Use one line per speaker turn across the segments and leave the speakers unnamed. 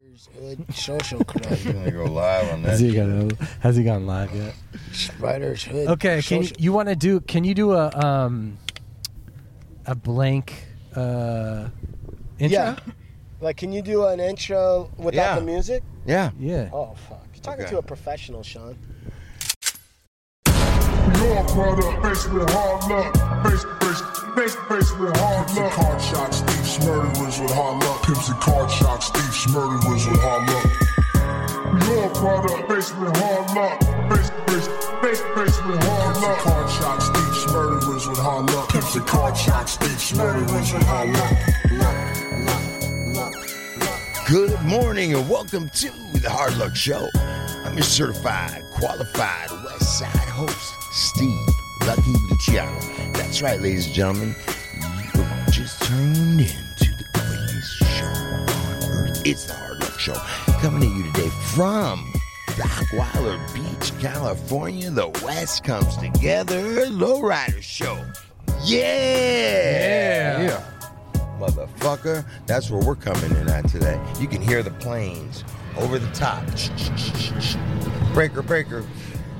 It's Hood Social Club.
You're gonna go live on
Has he
that.
gone? Has he gone live yet?
Spiders Hood.
Okay. Can you,
Social-
you want to do? Can you do a um a blank uh intro?
Yeah. Like, can you do an intro without
Yeah.
the music?
Yeah.
Yeah.
Oh fuck! You're talking
Okay.
to a professional, Sean.
Your product faced with hard luck. Faced, faced, faced, faced with hard luck. Card shots, thieves, murderers with hard luck. Pimps and card shots, thieves, murderers with hard luck. Your product faced with hard luck. Faced, faced, faced, faced with hard luck. Card shots, thieves, murderers with hard luck. Pimps and card shots, thieves, murderers with hard luck.
Good morning and welcome to the Hard Luck Show. I'm your certified, qualified West Side host, Steve Lucky Luciano. That's right, ladies and gentlemen. You have just tuned in to the greatest show on earth. It's the Hard Luck Show. Coming to you today from Blackweiler Beach, California. The West comes together. Lowrider Show. Yeah! Yeah! motherfucker. That's where we're coming in at today. You can hear the planes over the top. Breaker, breaker.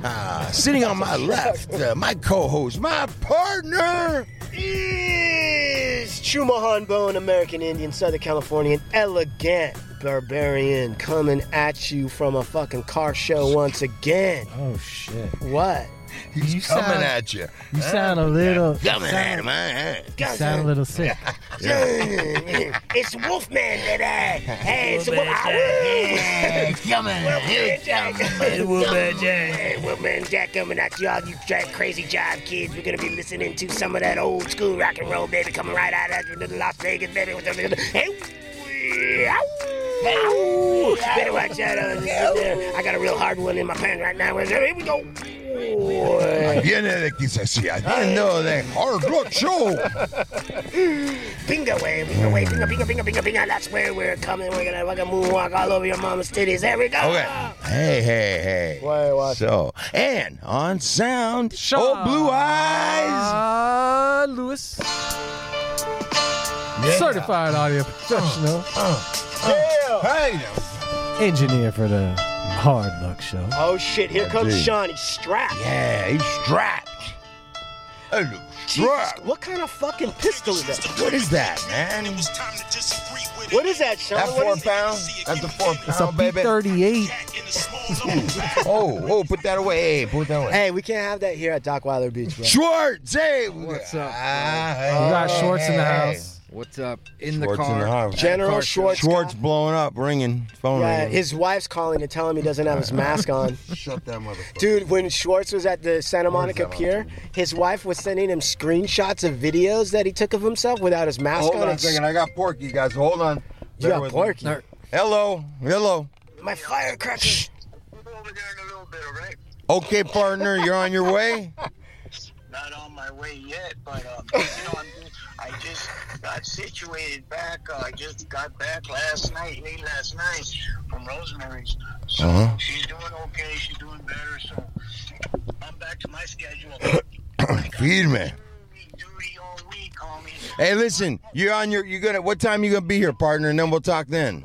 Ah, sitting on my left, uh, my co-host, my partner.
is Chumahan Bowen, American Indian, Southern Californian, elegant barbarian, coming at you from a fucking car show once again.
Oh shit.
What?
He's
You
coming
sound-
at you.
You sound a little.
Coming at
sound,
him. huh?
sound a little sick.
it's Wolfman today. Hey, it's Wolfman.
He's coming at you.
Jack. Wolfman Jack. Hey, Wolfman Jack coming at y'all, you jack crazy jive kids. We're gonna be listening to some of that old school rock and roll, baby, coming right out of Las Vegas, baby. Hey, ow, ow. better watch out. uh, I got a real hard one in my pan right now. Here we go.
Viene de Quisasía. Viendo de Hard Rock Show.
Bingo way, bingo way, bingo, bingo, bingo, bingo, bingo. That's where we're coming. We're gonna fucking moonwalk all over your mama's titties. There we go.
Okay. Hey, hey, hey.
Why watch-
So, and on sound, oh, Blue Eyes.
Ah, Lewis,
Yeah.
certified audio professional,
Hey,
engineer for the Hard Luck Show.
Oh shit, here comes
dude.
Sean. He's strapped.
yeah, he's strapped. Hey, look,
Jesus,
strapped.
what kind of fucking pistol is that?
What is that, man?
What is that, Sean?
That
What
four
is-
pound? That's a four
It's a
pound, baby.
P38.
Oh, oh, put that away. Hey, put that away.
Hey, we can't have that here at Dockweiler Beach, bro.
Schwartz, hey.
What's up,
Ah,
We
hey,
got
hey,
Schwartz in the
hey.
house.
What's up? In the
Schwartz
car.
in the house.
General
Car show.
Schwartz.
Schwartz blowing up, ringing, phone
Yeah,
ringing.
his wife's calling to tell him he doesn't have his mask on.
Shut that motherfucker.
Dude, when Schwartz was at the Santa Monica Pier, his wife was sending him screenshots of videos that he took of himself without his mask
Hold
on.
on a
It's-
second. I got Porky, guys. Hold on.
You
Bear
got
with me.
Porky.
There-
Hello, hello.
My firecracker.
We'll be over there in a little bit, all right?
Okay, partner, you're on your way.
Not on my way yet, but uh, you know, I'm just, I just got situated back. Uh, I just got back last night, late last night, from Rosemary's. So
Uh-huh.
she's doing okay. She's doing better. So I'm back to my schedule.
Feed me.
Duty all week, homie.
Hey, listen, you're on your. You're gonna. What time you gonna be here, partner? And then we'll talk then.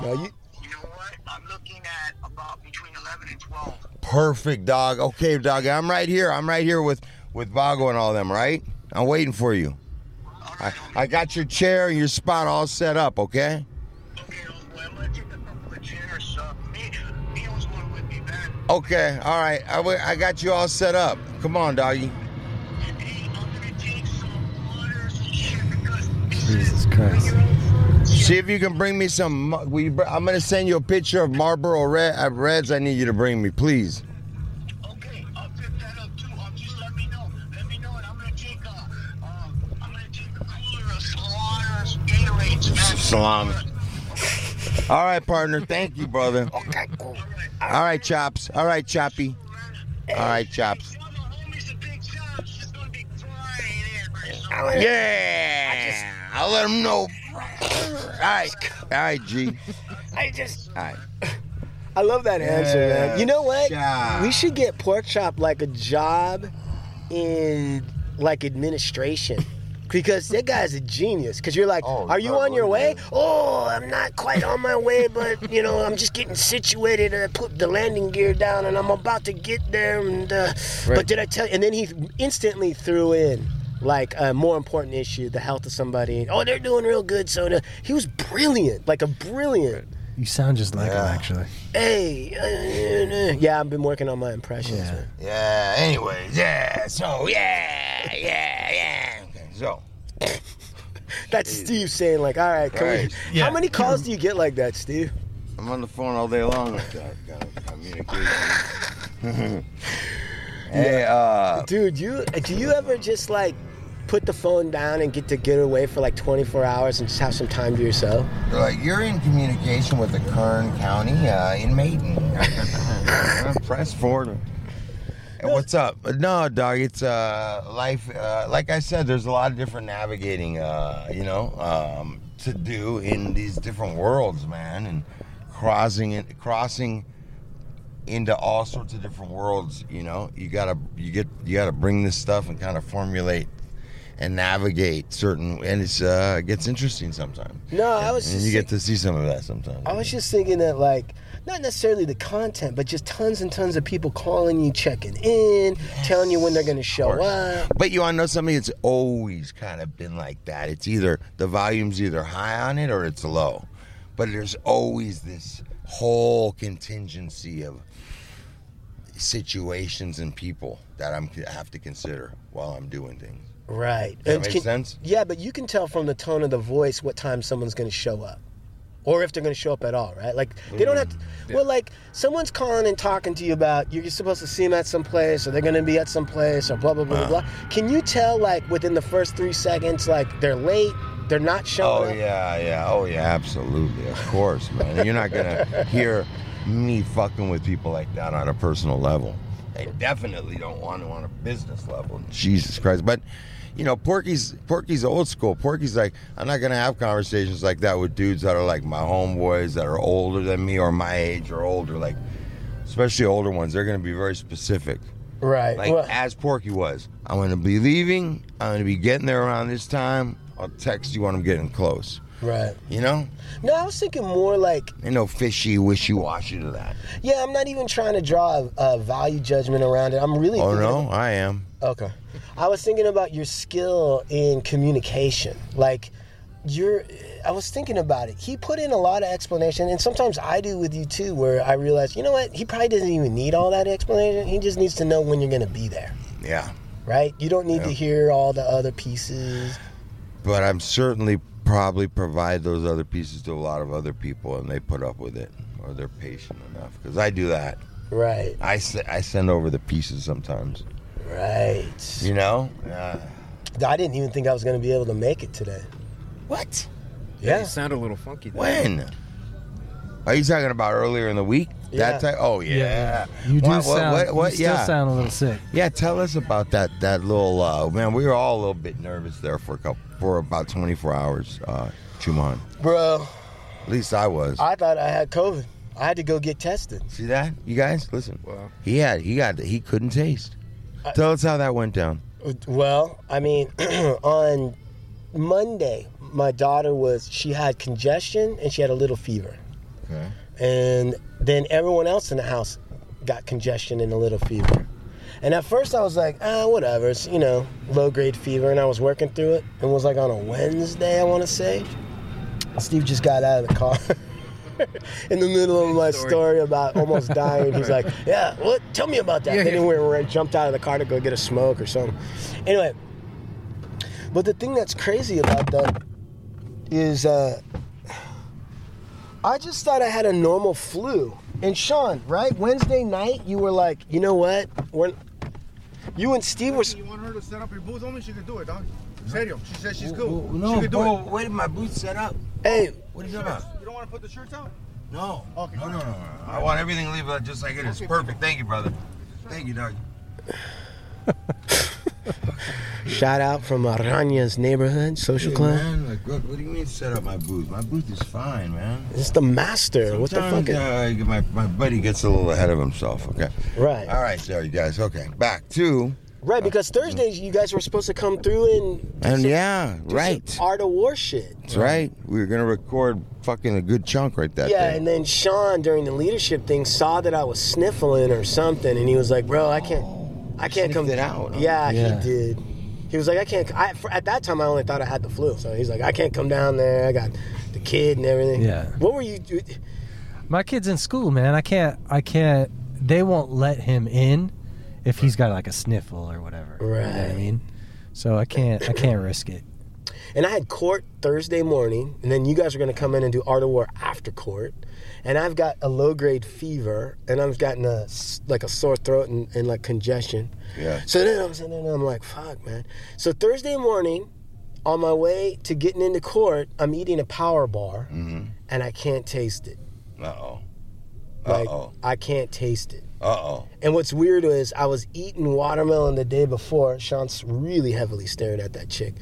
No, you,
You know what? I'm looking at about between 11 and 12.
Perfect, dog. Okay, dog. I'm right here. I'm right here with with Vago and all them. Right? I'm waiting for you.
All
I,
right.
I got your chair and your spot all set up. Okay.
Okay, old boy, I'm gonna take a couple of chairs. Uh, me, Neil's going with me back.
Okay. All right. I, wa- I got you all set up. Come on, doggy.
Jesus Christ.
See if you can bring me some. mu- Will you, br- I'm gonna send you a picture of Marlboro Red uh, Reds. I need you to bring me, please.
Okay, I'll pick that up too. Um, just let me know. Let me know, and I'm gonna take a, um, I'm gonna take a cooler of some water, some Gatorades, man.
Salami. All right, partner. Thank you, brother.
okay, cool.
All right, chops. All right, choppy. All right, chops.
Tell my homies a big job. She's gonna be flying in, man. So-
Yeah. I'll let him know. All right. All right, G.
I just,
All right.
I love that answer, man. You know what?
Yeah.
We should get pork chop like a job in like administration. because that guy's a genius. Because you're like,
Oh,
are you
God,
on your
really
way? Oh, I'm not quite on my way, but you know, I'm just getting situated. And I put the landing gear down, and I'm about to get there. And uh, but
Right.
did I tell? you? And then he instantly threw in. Like a more important issue, the health of somebody. Oh, they're doing real good. So no. he was brilliant, like a brilliant.
You sound just like
Yeah.
him, actually.
Hey, uh, uh, uh. yeah, I've been working on my impressions.
Yeah.
man.
Yeah. Anyways, yeah. So yeah, yeah, yeah. Okay, so
That's Steve saying like, all right, can
Right.
we? How many calls do you get like that, Steve?
I'm on the phone all day long with that kind of communication. hey, uh,
Dude, you do you ever just like put the phone down and get to get away for like 24 hours and just have some time to yourself?
like you're in communication with the Kern County uh, in Maiden. Press forward. Hey, what's up? No, dog. It's uh, life. Uh, like I said, there's a lot of different navigating. Uh, you know, um, to do in these different worlds, man, and crossing it, crossing into all sorts of different worlds. You know, you gotta you get you gotta bring this stuff and kind of formulate and navigate certain. And it's uh, it gets interesting sometimes.
No, I was
And
just
you get
think-
to see some of that sometimes.
I was just thinking that like not necessarily the content, but just tons and tons of people calling you, checking in, telling you when they're gonna show
course.
up.
But you want to know something? It's always kind of been like that. It's either the volume's either high on it or it's low. But there's always this whole contingency of situations and people that I'm I have to consider while I'm doing things.
Right.
That
And
makes
can-
sense?
Yeah, but you can tell from the tone of the voice what time someone's going to show up. Or if they're going to show up at all, right? Like, they don't have
Mm,
to. Well, like, someone's calling and talking to you about you're supposed to see them at some place, or they're going to be at some place, or blah, blah, blah, blah.
Uh.
Can you tell, like, within the first three seconds, like, they're late, they're not
Oh
showing up?
yeah, yeah. Oh yeah, absolutely. Of course, man. You're not gonna hear me fucking with people like that on a personal level. They definitely don't want to on a business level. Jesus Christ. But you know, Porky's Porky's old school. Porky's like, I'm not gonna have conversations like that with dudes that are like my homeboys that are older than me or my age or older. Like, especially older ones. They're gonna be very specific.
Right.
Like
well,
as Porky was. I'm gonna be leaving. I'm gonna be getting there around this time. I'll text you when I'm getting close.
right.
You know?
No, I was thinking more like,
Ain't no fishy wishy washy to that.
yeah, I'm not even trying to draw a, a value judgment around it. I'm really
Oh
thinking
no, I am.
Okay. I was thinking about your skill in communication. Like, you're, I was thinking about it. He put in a lot of explanation, and sometimes I do with you too, where I realize, you know what? He probably doesn't even need all that explanation. He just needs to know when you're going to be there,
Yeah.
right? You don't need to
Yeah.
hear all the other pieces.
But I'm certainly probably provide those other pieces to a lot of other people and they put up with it or they're patient enough because I do that.
Right,
I, se- I send over the pieces sometimes.
right.
You know? Uh, Yeah.
I didn't even think I was going to be able to make it today.
What?
Yeah.
You sound a little funky. There.
When? Are you talking about earlier in the week?
Yeah.
That type? Oh yeah.
You do
What- what-
sound.
what- what-
you still
yeah.
sound a little sick.
Yeah, tell us about that that little uh, man. We were all a little bit nervous there for a couple for about 24 hours, uh, Juman.
Bro,
At least I was.
I thought I had COVID. I had to go get tested.
See that? You guys, listen.
Wow.
He had he got he couldn't taste. tell us how that went down.
Well, I mean, on Monday, my daughter was she had congestion and she had a little fever,
Okay.
and then everyone else in the house got congestion and a little fever. And at first, I was like, ah, whatever, it's you know, low grade fever, and I was working through it. It was like on a Wednesday, I want to say. Steve just got out of the car. In the middle of my
Story.
story about almost dying, he's like, "Yeah, what? Tell me about that."
Yeah,
then
yeah.
he went and jumped out of the car to go get a smoke or something. Anyway, but the thing that's crazy about that is uh, I just thought I had a normal flu. And Sean, right? Wednesday night, you were like, you know what? When you and Steve were. s-
You want her to set up your booth? Only she can do it, dog. Serio, she said she's cool.
No,
she can do
whoa, where did my boots set up?
Hey,
What are you talking about?
it. You don't want to put the shirts out?
No.
Okay.
No, no, no, no, no. I want everything to leave out just like it is. Perfect. Thank you, brother. Thank you, dog.
shout out from Arana's neighborhood social
Hey,
club.
man, like, look, what do you mean set up my booth? My booth is fine, man.
It's the master. What the fuck?
Sometimes,
Is,
uh, my, my buddy gets a little ahead of himself, okay?
right.
All right, there you guys. Okay, back to
Right, because Thursdays you guys were supposed to come through and
And yeah, right.
some art of war shit.
That's right. We were gonna record fucking a good chunk right that
Yeah,
day.
and then Sean during the leadership thing saw that I was sniffling or something, and he was like, "Bro, I can't, I can't come
sniffed it out, huh?
Yeah,
Yeah.
he did. He was like, "I can't." I, for- at that time, I only thought I had the flu, so he's like, "I can't come down there. I got the kid and everything."
Yeah.
What were you? do-
My kid's in school, man. I can't. I can't. They won't let him in if he's got like a sniffle or whatever. You know what I
Right.
mean, so I can't. I can't risk it.
And I had court Thursday morning, and then you guys are going to come in and do art of war after court. And I've got a low grade fever, and I've gotten a s- like a sore throat and, and like congestion.
Yeah.
So then I'm sitting there and I'm like, fuck, man. So Thursday morning, on my way to getting into court, I'm eating a power bar,
Mm-hmm.
and I can't taste it.
Uh oh.
Like
Uh-oh.
I can't taste it.
Uh oh.
And what's weird is I was eating watermelon the day before. Sean's really heavily staring at that chick.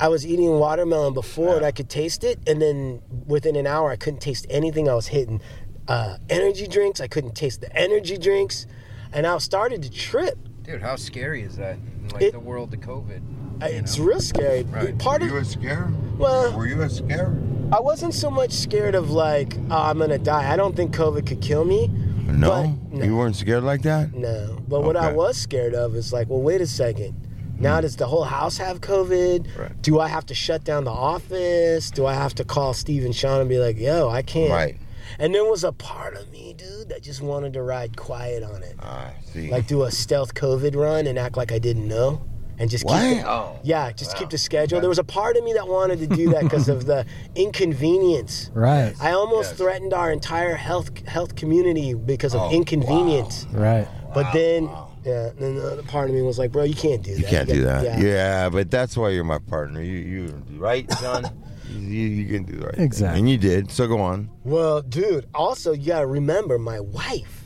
I was eating watermelon before and I could taste it, and then within an hour I couldn't taste anything I was hitting. Uh, energy drinks, I couldn't taste the energy drinks, and I started to trip.
Dude, how scary is that? In, Like
It-
the world to COVID.
I- It's real scary.
Right.
Part
Were you
of
a scare?
well,
Were you a scare?
I wasn't so much scared of like oh, I'm gonna die. I don't think COVID could kill me.
No?
But- no.
You weren't scared like that?
No. But what I
Okay.
was scared of is like, well, wait a second. Now does the whole house have COVID?
Right.
Do I have to shut down the office? Do I have to call Steve and Sean and be like, yo, I can't.
Right.
And there was a part of me, dude, that just wanted to ride quiet on it.
Ah, see.
Like do a stealth COVID run and act like I didn't know. And just keep
what?
the- yeah, just keep the schedule. There was a part of me that wanted to do that because of the inconvenience.
Right.
I almost
Yes.
threatened our entire health health community because of
Oh, wow.
inconvenience.
Right.
But then, yeah, then the other part of me was like, bro, you can't do that.
You can't do
got-
that. Yeah. but that's why you're my partner. You, you right, John? you, you can do the right. thing.
Exactly.
And you did. So go on.
Well, dude, also, you got to remember my wife.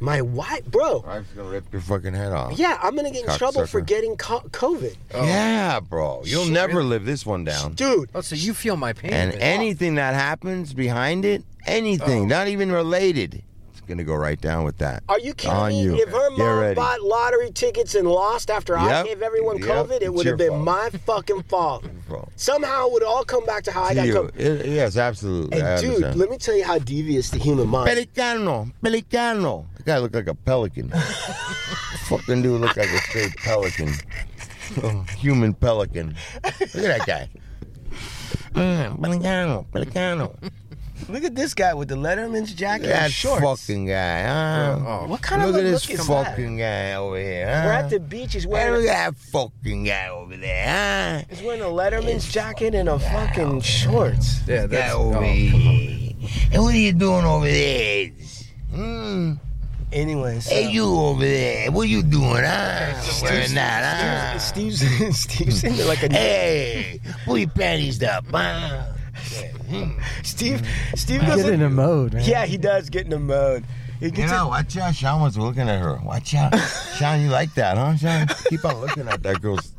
My wife, bro.
I'm just gonna rip your fucking head off.
Yeah, I'm going to get in trouble for
Cocksucker.
getting co- COVID.
Yeah, bro. You'll
Shit.
never live this one down.
Dude,
Oh, so you feel my pain?
And
then.
anything that happens behind it, anything, not even related, it's gonna go right down with that.
are you kidding
On
me?
you.
If her
Get
mom
ready.
bought lottery tickets and lost after I
Yep.
gave everyone
Yep.
COVID,
It's
it would
your
have been
fault.
my fucking fault.
fault.
Somehow it would all come back to how I got
You-
COVID.
it- yes, absolutely. I
And dude,
understand.
let me tell you how devious the human mind
Pelicano, pelicano. That guy looked like a pelican. Fucking dude looked like a straight pelican. A Human pelican. Look at that guy. Mm, pelicano, pelicano.
Look at this guy with the Letterman's jacket
That
and shorts.
fucking guy. Huh?
Oh,
What kind
look
of
at
a
this
look is that?
fucking guy over here. Huh?
We're at the beach. He's
Hey,
wearing
look at that fucking guy over there. Huh?
He's wearing a Letterman's jacket and a fucking shorts.
yeah,
Guy
that's
over
oh,
here. And what are you doing over there? Hmm.
Anyways,
Hey, you over there. What you doing, huh? Wearing that, huh?
Steve's Steve's in there like a
Hmm. Hey, pull your panties up, huh?
Steve. Steve
Get
doesn't.
in a mode, man.
Yeah, he does get in a mode. He
You
gets
know,
in,
watch out. Sean was looking at her. Watch out. Sean, you like that, huh, Sean? Keep on looking at that girl's.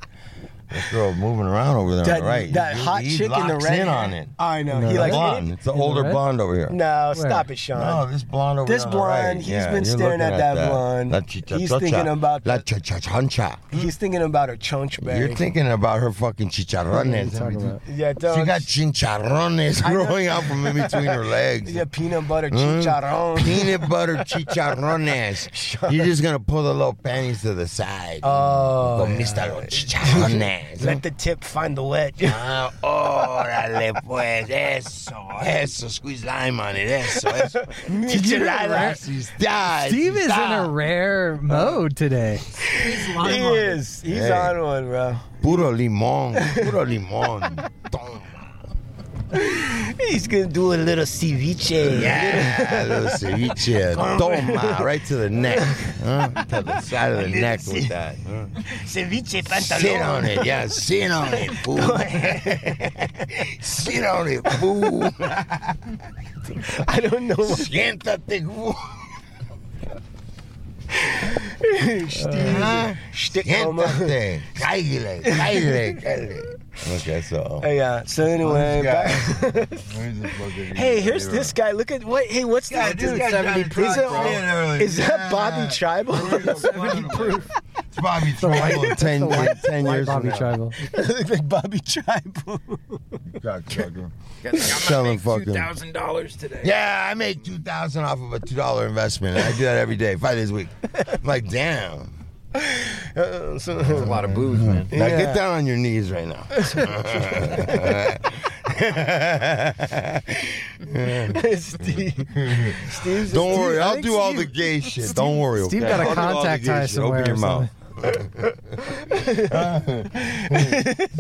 That girl moving around over there,
that,
right?
that
He-
hot
he
chick in the
locks
red.
in
hair.
on it.
I know.
No.
He likes
blonde. It's the
the
older
red?
blonde over here.
No,
Where?
stop it, Sean.
No, this blonde over
This
here on the right.
blonde, he's been
you're
staring
looking
at that blonde.
La chicha
He's
chocha.
thinking about
La
the-
chicha chancha.
He's thinking about her chunch bag.
You're thinking about her fucking chicharrones.
What are you talking about?
yeah, don't.
She got chicharrones
I know.
growing out from in between her legs.
yeah, peanut butter
Mm.
chicharrón.
Peanut butter chicharrones. You're just gonna pull the little panties to the side.
Oh,
Comista los chicharrones.
let the tip find the wet.
Ah, órale, pues, eso, eso, squeeze lime on it, eso, eso. Chicharadas, está,
Steve is in
está.
a rare mode today.
he is. He's
Hey.
on one, bro.
Puro limón, puro limón. Toma.
He's gonna do a little ceviche.
Yeah, little ceviche. Toma, right to the neck. Huh? To the side of the neck with that. huh?
Ceviche
Sit on it, yeah, sit on it, fool. sit on it, fool.
I don't know. why.
Siéntate, fool. Huh?
Shtick coma.
Siéntate. Cállate, cállate, cállate. Okay, so.
Hey, Oh, yeah. So anyway, back- hey, here's this guy. Look at what? Hey, what's that?
dude,
Is that-
seventy proof,
is that,
bro.
is that Bobby Tribal?
Seventy proof. Bobby Tribal in 10,
white-
10
White
years from
Bobby
now.
Tribal.
like Bobby Tribal.
Cocksucker. Selling
Selling
fucking-
fucking thousand dollars today.
Yeah, I make two thousand off of a two dollar investment. and I do that every day, five days a week. I'm like, damn.
That's a lot of booze, man.
Now
Yeah.
get down on your knees right now.
Steve. Steve's
Don't worry,
Steve- I
I'll
think
do all the
Steve-
gay shit. Don't worry.
Steve
okay?
got a
I'll do all the
contact
gay
high
shit.
somewhere
Open your
or
mouth. Just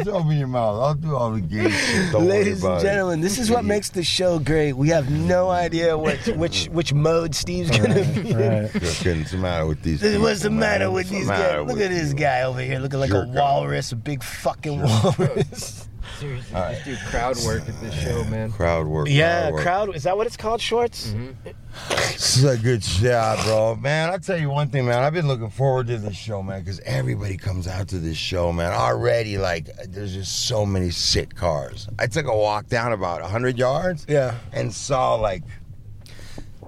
open your mouth. I'll do all the gay shit. Don't
Ladies
worry
and
about it.
gentlemen, this is what makes the show great. We have no idea which which which mode Steve's gonna be. in.
Right.
What's the matter with these? people,
What's the
man?
matter with
What's the
these guys?
matter
Look
with
at this
you?
guy over here looking like a
Jerk off.
walrus, a big fucking walrus.
Seriously, just do crowd work at this show, man.
Crowd work.
Yeah,
crowd work.
crowd. Is that what it's called, Shorts?
Mm-hmm. This is a good shot, bro. Man, I'll tell you one thing, man. I've been looking forward to this show, man, because everybody comes out to this show, man. Already, like, there's just so many sick cars. I took a walk down about 100 yards
Yeah.
and saw, like,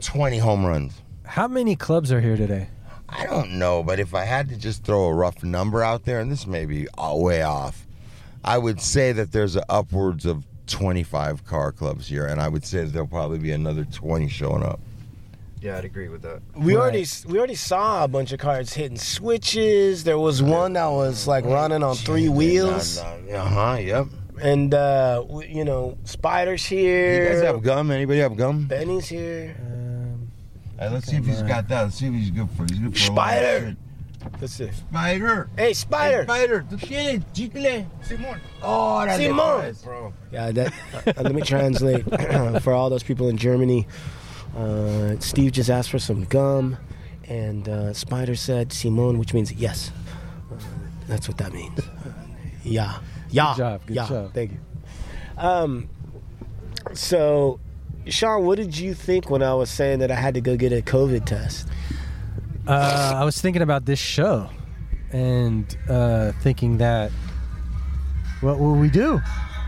20 home runs.
How many clubs are here today?
I don't know, but if I had to just throw a rough number out there, and this may be all way off, I would say that there's upwards of 25 car clubs here, and I would say that there'll probably be another 20 showing up.
Yeah, I'd agree with that.
We
Right.
already we already saw a bunch of cars hitting switches. There was one that was like running on three wheels,
Uh huh, yep.
and uh, we- you know, spiders
You guys
here.
have gum? Anybody have gum?
Benny's here.
Um,
Hey, let's see if he's got that. Let's see if he's good for. He's good for a lot of
Spider.
shit.
Let's see.
Spider.
Hey,
Hey,
spider.
Spider. Tu tienes chicle.
Simon.
Oh, that's
Simon.
Bro,
Yeah, that, uh, let me translate for all those people in Germany. Uh, Steve just asked for some gum, and uh, Spider said Simon, which means yes. Uh, that's what that means. Uh, yeah. Yeah.
job, good
yeah.
job.
Thank you. Um, so, Sean, what did you think when I was saying that I had to go get a COVID test?
uh, I was thinking about this show and uh, thinking that what will we do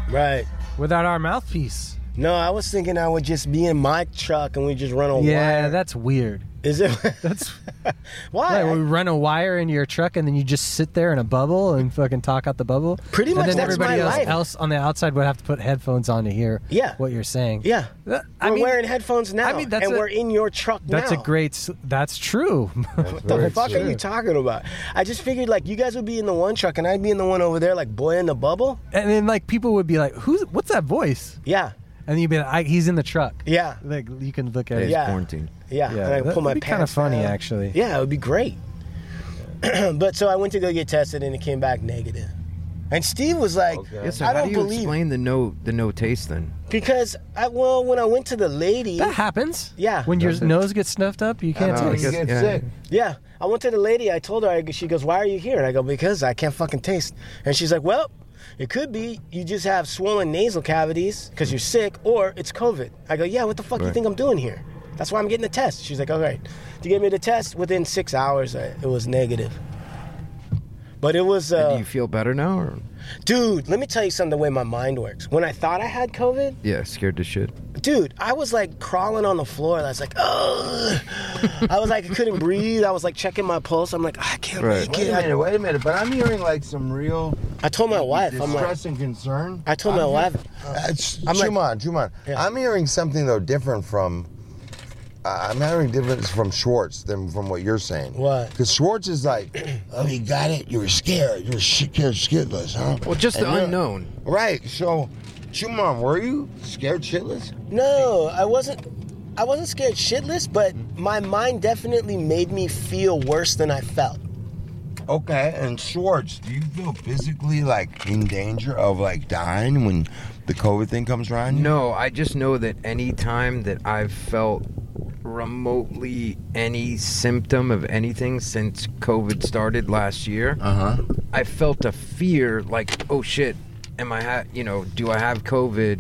Right.
without our mouthpiece?
No, I was thinking I would just be in my truck and we just run a
Yeah,
wire.
that's weird.
Is it?
That's
Why?
like we run a wire into your truck and then you just sit there in a bubble and fucking talk out the bubble.
Pretty
and
much
then
that's
everybody
my
else,
life.
else on the outside would have to put headphones on to hear
Yeah.
what you're saying.
yeah.
Uh, I
We're
mean,
wearing headphones now,
I mean, that's
and
a-
we're in your truck
that's
now.
a great. s- That's true.
What
What the fuck are you talking about? I just figured like you guys would be in the one truck and I'd be in the one over there, like boy in the bubble.
and then like people would be like, "Who's? What's that voice?"
Yeah,
And you'd be like, I, "He's in the truck."
yeah,
Like you can look at it.
Yeah.
quarantine.
yeah.
Yeah,
and I
that
pull my
would be kinda
pants
funny,
down.
actually.
Yeah, it would be great. but so I went to go get tested and it came back negative. And Steve was like,
Okay.
Yeah, so
I
how
don't
do you
believe
explain the no the no taste then?
because I well when I went to the lady,
That happens.
Yeah.
When your
Does it?
nose gets snuffed up, you can't
know, I
taste.
guess-
Get
Yeah.
sick.
yeah, I went to the lady. I told her, I, she goes, "Why are you here?" And I go, "Because I can't fucking taste." And she's like, "Well." It could be you just have swollen nasal cavities because you're sick, or it's COVID. I go, yeah. What the fuck you
Right.
think I'm doing here? That's why I'm getting the test. She's like, all right. To get me the test within six hours, I, it was negative. But it was,
do
uh,
you feel better now or
dude. Let me tell you something. The way my mind works. When I thought I had COVID,
yeah, scared to shit?
dude, I was like crawling on the floor. I was like, oh, I was like, I couldn't breathe. I was like checking my pulse. I'm like, I can't
Right.
make
Wait
it.
a
I-
minute, wait a minute. But I'm hearing like some real
I told my wife, I'm like,
distress and concern.
I told my wife,
That's
I'm like-
Juman, Juman.
Yeah.
I'm hearing something though different from. I- I'm hearing different from Schwartz than from what you're saying.
What?
Because Schwartz is like, oh, you got it. You were scared. You were scared shitless, huh?
Well, just
And
the
you're-
unknown.
Right. So, Juman, were you scared shitless?
no, I wasn't. I wasn't scared shitless, but my mind definitely made me feel worse than I felt.
Okay. And Schwartz, do you feel physically like in danger of like dying when the COVID thing comes around? you?
No, I just know that any time that I've felt remotely any symptom of anything since COVID started last year,
Uh huh.
I felt a fear like, oh shit, am I, ha- you know, do I have COVID?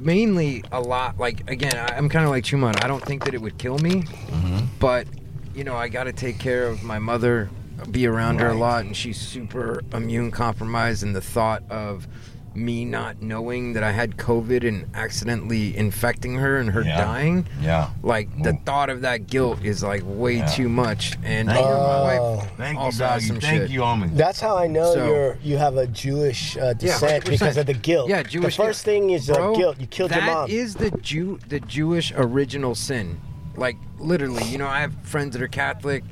Mainly a lot, like, again, I- I'm kind of like Chuman. I don't think that it would kill me,
Mm-hmm.
but, you know, I got to take care of my mother, be around her a lot, and she's super immune compromised. And the thought of me not knowing that I had COVID and accidentally infecting her and her
Yeah.
dying.
Yeah.
Like the
Ooh.
thought of that guilt is like way
Yeah.
too much. And
Thank you,
my
Oh.
wife
Thank you,
also has
doggy.
some
Thank
shit.
you, homie.
That's how I know
So-
you're you have a Jewish uh, descent
100%.
because of the guilt.
Yeah, Jewish.
The first
guilt.
thing is uh,
Bro,
guilt. You killed your mom.
That is the Jew, the Jewish original sin. Like literally, you know, I have friends that are Catholic.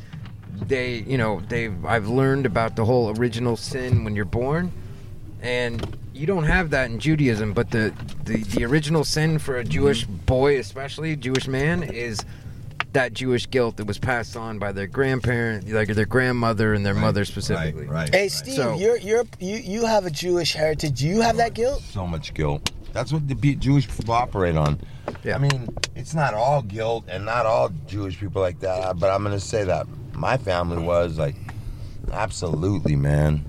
They, you know, they've I've learned about the whole original sin when you're born, and you don't have that in Judaism. But the the, the original sin for a Jewish boy, especially Jewish man, is that Jewish guilt that was passed on by their grandparent, like their grandmother and their mother specifically.
Right, right.
hey, Steve,
So-
you're you're you you have a Jewish heritage. Do you have that guilt?
So much guilt. That's what the pe- Jewish people operate on.
Yeah.
I mean, it's not all guilt and not all Jewish people like that, but I'm going to say that my family was like, absolutely, man.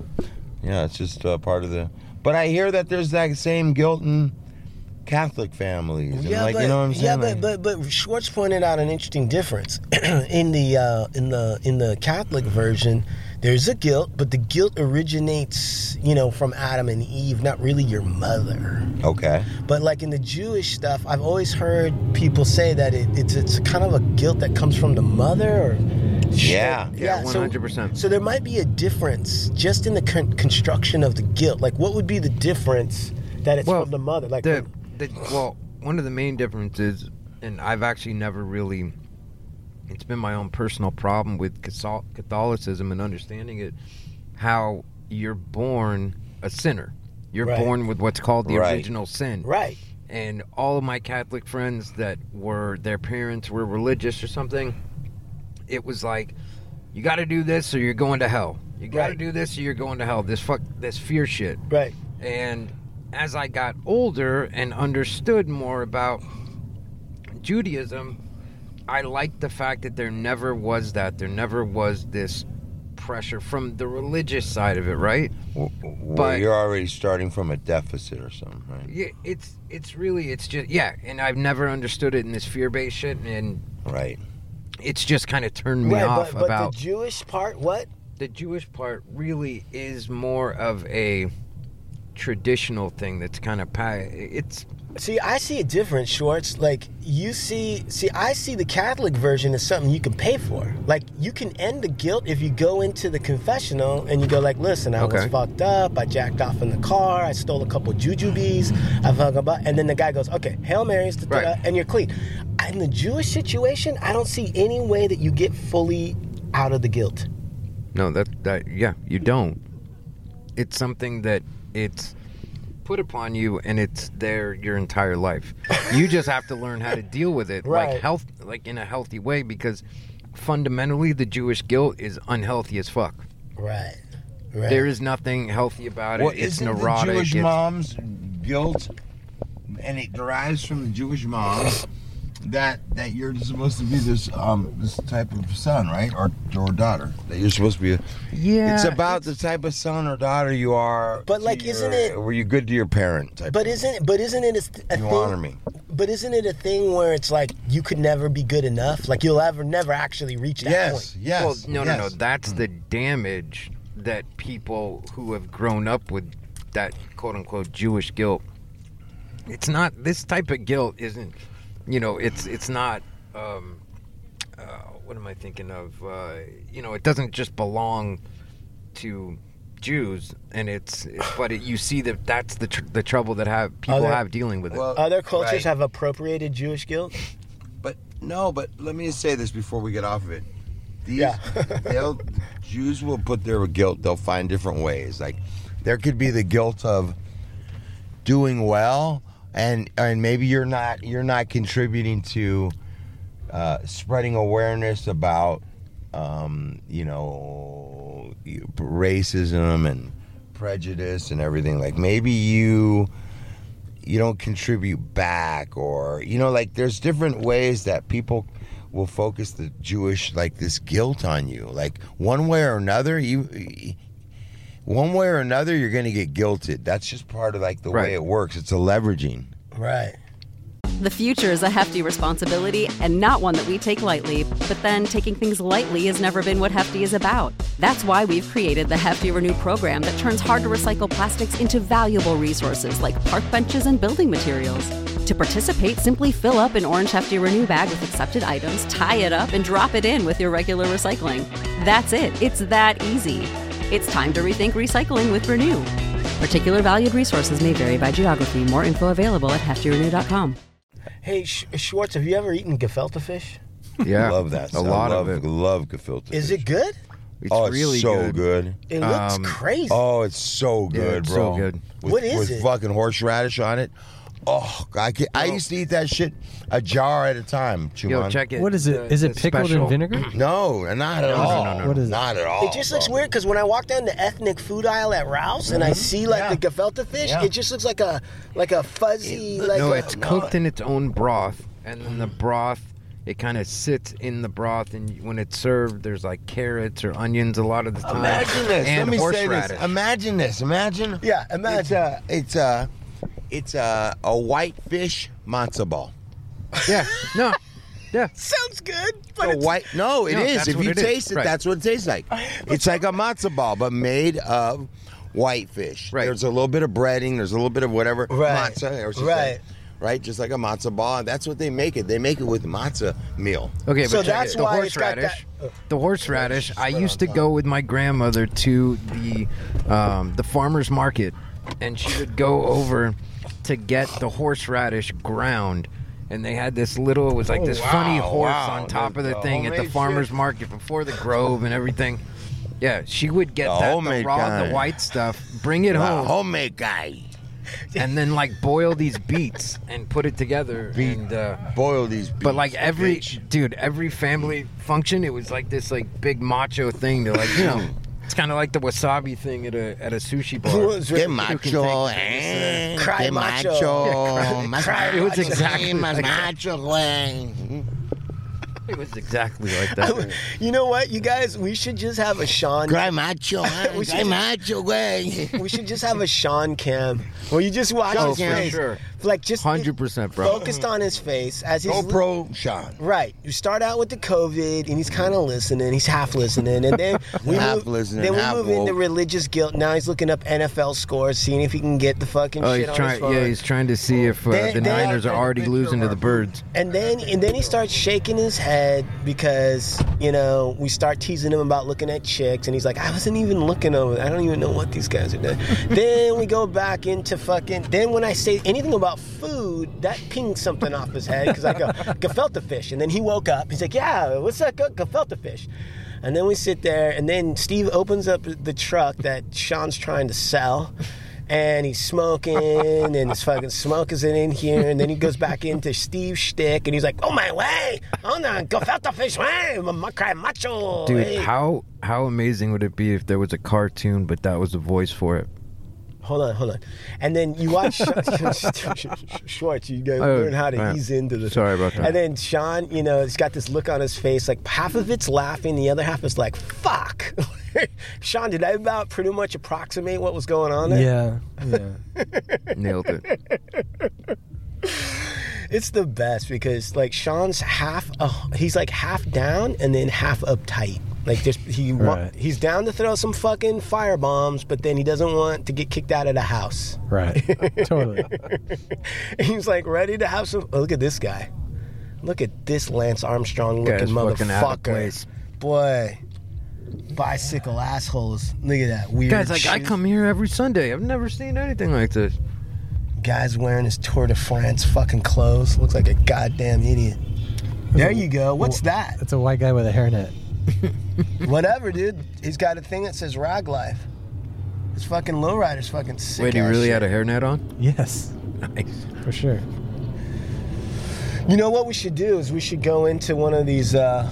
Yeah, it's just uh, part of the. But I hear that there's that same guilt in Catholic families. and, like, you know what I'm saying?
yeah,
Like-
but, but but Schwartz pointed out an interesting difference in the uh, in the in the Catholic version. There's a guilt, but the guilt originates, you know, from Adam and Eve, not really your mother.
Okay.
But like in the Jewish stuff, I've always heard people say that it, it's it's kind of a guilt that comes from the mother. Or
Yeah.
Yeah,
so-
100%.
So, there might be a difference just in the con- construction of the guilt. Like, what would be the difference that it's from the mother? Like,
the, the well, one of the main differences, and I've actually never really. It's been my own personal problem with Cathol- Catholicism and understanding it, how you're born a sinner. You're
Right.
born with what's called the
Right.
original sin.
right?
And all of my Catholic friends that were their parents were religious or something, it was like, you got to do this or you're going to hell. You got to
Right.
do this or you're going to hell. This fuck, this fear shit.
Right.
And as I got older and understood more about Judaism, I liked the fact that there never was that. There never was this pressure from the religious side of it, right?
W- w-
But-
you're already starting from a deficit or something, right?
Yeah, It's it's really it's just yeah, and I've never understood it in this fear-based shit and
Right.
it's just kind of turned me
right.
off
but,
about
but the Jewish part, what?
the Jewish part really is more of a traditional thing that's kind of pa- it's
See, I see it different, Schwartz. Like you see, see, I see the Catholic version as something you can pay for. Like you can end the guilt if you go into the confessional and you go like, "Listen, I was
Okay.
fucked up. I jacked off in the car. I stole a couple jujubes. I fucked up." And then the guy goes, "Okay, Hail Marys," da-da-da,
Right.
and you're clean. In the Jewish situation, I don't see any way that you get fully out of the guilt.
No, that that yeah, you don't. It's something that it's put upon you and it's there your entire life. you just have to learn how to deal with it
Right.
like health like in a healthy way because fundamentally the Jewish guilt is unhealthy as fuck.
Right. Right.
There is nothing healthy about it.
Well,
it's
isn't
neurotic.
the Jewish
it's-
mom's guilt, and it derives from the Jewish moms that that you're supposed to be this um this type of son, right, or or daughter that you're supposed to be. A,
yeah.
it's about the type of son or daughter you are.
But,
to
like, isn't
your-
it-
Were you good to your parent? Type
But isn't it? But isn't it a, th- a
You
thing?
honor me.
But isn't it a thing where it's like you could never be good enough? Like you'll ever never actually reach that
yes,
point.
yes.
Well, no, no, no.
yes. Mm.
That's the damage that people who have grown up with that quote unquote Jewish guilt. It's not this type of guilt isn't, you know, it's it's not. Um, uh, what am I thinking of? Uh, you know, it doesn't just belong to Jews, and it's but it, you see that that's the tr- the trouble that have people
Other-
have dealing with it.
Oh, Well,
Other cultures
right.
have appropriated Jewish guilt.
But no, but let me say this before we get off of it. These,
Yeah.
they'll Jews will put their guilt. They'll find different ways. Like there could be the guilt of doing well, and and maybe you're not you're not contributing to uh, spreading awareness about um, you know racism and prejudice and everything. Like maybe you you don't contribute back or you know like there's different ways that people will focus the jewish like this guilt on you like one way or another you one way or another you're going to get guilted that's just part of like the
Right.
way it works it's a leveraging
Right.
The future is a hefty responsibility and not one that we take lightly, but then taking things lightly has never been what Hefty is about. That's why we've created the Hefty Renew program that turns hard to recycle plastics into valuable resources like park benches and building materials. To participate, simply fill up an orange Hefty Renew bag with accepted items, tie it up, and drop it in with your regular recycling. That's it, it's that easy. It's time to rethink recycling with Renew. Particular valued resources may vary by geography. More info available at heftyrenew.com.
Hey, Sh- Schwartz, have you ever eaten gefilte fish?
Yeah,
Love that.
A lot
love,
of it.
Love gefilte.
Is
fish.
it good?
It's
oh, it's
really
so
good.
It looks
Um,
crazy.
Oh, it's so good,
it's
bro.
so good.
With,
What is
with
it?
fucking horseradish on it. Oh, I, can, I used to eat that shit a jar at a time. Chuman.
Yo, check it.
What is it?
The-
Is it
the
pickled
special.
in vinegar?
No, not at all.
no, no, What is it?
Not at all.
It just
bro.
looks weird because when I walk down the ethnic food aisle at Rouse and I see like
Yeah.
the gefilte fish,
Yeah.
it just looks like a like a fuzzy like
no,
uh,
a-
it's cooked in its own broth, and then the
Mm.
broth it kind of sits in the broth, and when it's served, there's like carrots or onions a lot of the time.
Imagine this.
And
Let me say
horseradish.
this. Imagine this. Imagine.
Yeah,
It's
imagine.
a. It's a. It's a, a white fish matzo ball.
yeah, no, yeah.
Sounds good, but
A
it's,
white. No, it
No,
is.
that's
If
what
you
it is.
taste it,
Right.
that's what it tastes like. It's like a matzo ball, but made of white fish.
Right.
There's a little bit of breading. There's a little bit of whatever
Right.
matzo. or something.
Right.
Right. Just like a matzo ball. That's what they make it. They make it with matzo meal.
Okay,
So
but check
that's
it. the
why it's got
horseradish.
that- uh,
Oh,
the horseradish. I used to go with my grandmother to the um, the farmers market, and she would go over to get the horseradish ground. And they had this little, it was like
Oh,
this funny
wow,
horse
wow.
on top of the
The
thing at the
homemade
farmers
shit.
market before the grove and everything. Yeah, she would get
The
that the
homemade
raw,
kind.
the white stuff, bring it
Wow,
home,
homemade guy.
and then like boil these beets and put it together. And, uh,
Boil these.
but like
beets,
every
bitch.
dude, every family function, it was like this like big macho thing to like you know. It's kind of like the wasabi thing at a at a sushi bar.
It's
Get
really-
macho,
take-
eh?
Cry
Get
macho.
macho. Mas-
It was exactly
mas-
like that.
macho, eh? güey.
It was exactly like that.
you know what, you guys, we should just have a Sean.
Cry macho, eh?
We
Cry
should-
macho, eh? güey.
We should just have a Sean cam. Well, you just watch
Oh,
his
for
face.
sure.
Like just
Hundred percent, bro.
focused on his face as he's
GoPro, Sean.
Right. You start out with the COVID, and he's kind of listening. He's half listening, and then we
Half
move,
listening,
Then we
half
move
woke.
into religious guilt. Now he's looking up NFL scores, seeing if he can get the fucking
Oh,
shit
he's
on his
trying.
phone.
Yeah, he's trying to see if uh,
They-
the
they-
Niners are already losing to the Birds.
and then and then he starts shaking his head because you know we start teasing him about looking at chicks, and he's like, I wasn't even looking over. I don't even know what these guys are doing. then we go back into fucking. Then when I say anything about food, that pings something off his head because I go gefilte fish, and then he woke up. He's like, Yeah, what's that ge- gefilte fish? And then we sit there, and then Steve opens up the truck that Sean's trying to sell and he's smoking, and his fucking smoke is in here, and then he goes back into Steve's shtick, and he's like, "Oh my way, on the gefilte fish way, ma- cry macho."
Dude,
hey."
how how amazing would it be if there was a cartoon, but that was the voice for it?
hold on, hold on, and then you watch Sh- Schwartz. You guys
Oh,
learn how to
yeah.
ease into the.
Sorry about that.
And then Sean, you know, he's got this look on his face, like half of it's laughing, the other half is like, "Fuck." Sean, did I about pretty much approximate what was going on there?
Yeah. Yeah.
Nailed it.
It's the best because like Sean's half, uh, he's like half down and then half uptight. Like just he wa-
Right.
he's down to throw some fucking fire bombs, but then he doesn't want to get kicked out of the house.
Right. totally.
he's like ready to have some. Oh, look at this guy. Look at this Lance Armstrong looking
Guy's fucking out of
motherfucker.
place.
Boy, bicycle assholes. Look at that weird.
Guys, like I
shoe.
come here every Sunday. I've never seen anything like this.
Guy's wearing his Tour de France fucking clothes. Looks like a goddamn idiot. There you go. What's that?
That's a white guy with a hairnet.
Whatever, dude. He's got a thing that says Rag Life. His fucking lowrider's fucking sick.
Wait, he
ass
really
shit.
had a hairnet on?
Yes,
Nice.
for sure.
You know what we should do is we should go into one of these uh,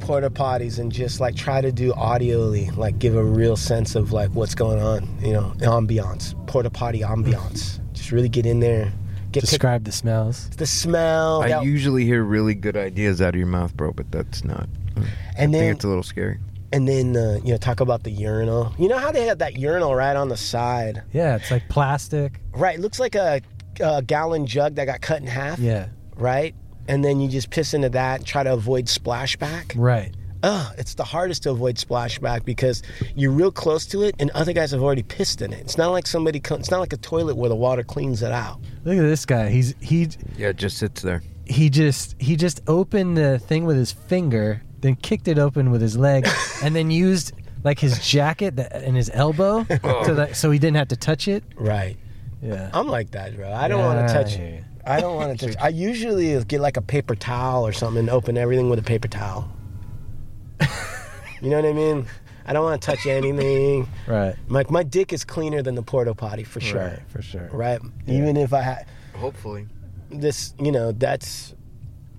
porta potties and just like try to do audioly, like give a real sense of like what's going on. You know, ambiance, porta potty ambiance. just really get in there, get picked,
Describe the smells.
the smell,
I
that-
usually hear really good ideas out of your mouth, bro, but that's not.
and
I think
then
it's a little scary.
and then uh, you know talk about the urinal. You know how they have that urinal right on the side,
Yeah, it's like plastic.
right? It looks like a, a gallon jug that got cut in half.
Yeah.
right? And then you just piss into that, try to avoid splashback.
Right.
Ugh, it's the hardest to avoid splashback because you're real close to it, and other guys have already pissed in it. It's not like somebody. co- It's not like a toilet where the water cleans it out.
Look at this guy. He's he
Yeah, it just sits there.
he just he just opened the thing with his finger, then kicked it open with his leg, and then used like his jacket that, and his elbow to like, so he didn't have to touch it.
Right.
Oh. Yeah.
I'm like that, bro. I don't want
Yeah,
to
I
touch
hear
it.
you.
I don't want to touch. I usually get like a paper towel or something and open everything with a paper towel. you know what I mean? I don't want to touch anything.
Right.
Like my dick is cleaner than the porta potty for sure.
Right. For sure.
Right? Even if I had
Hopefully.
this, you know, that's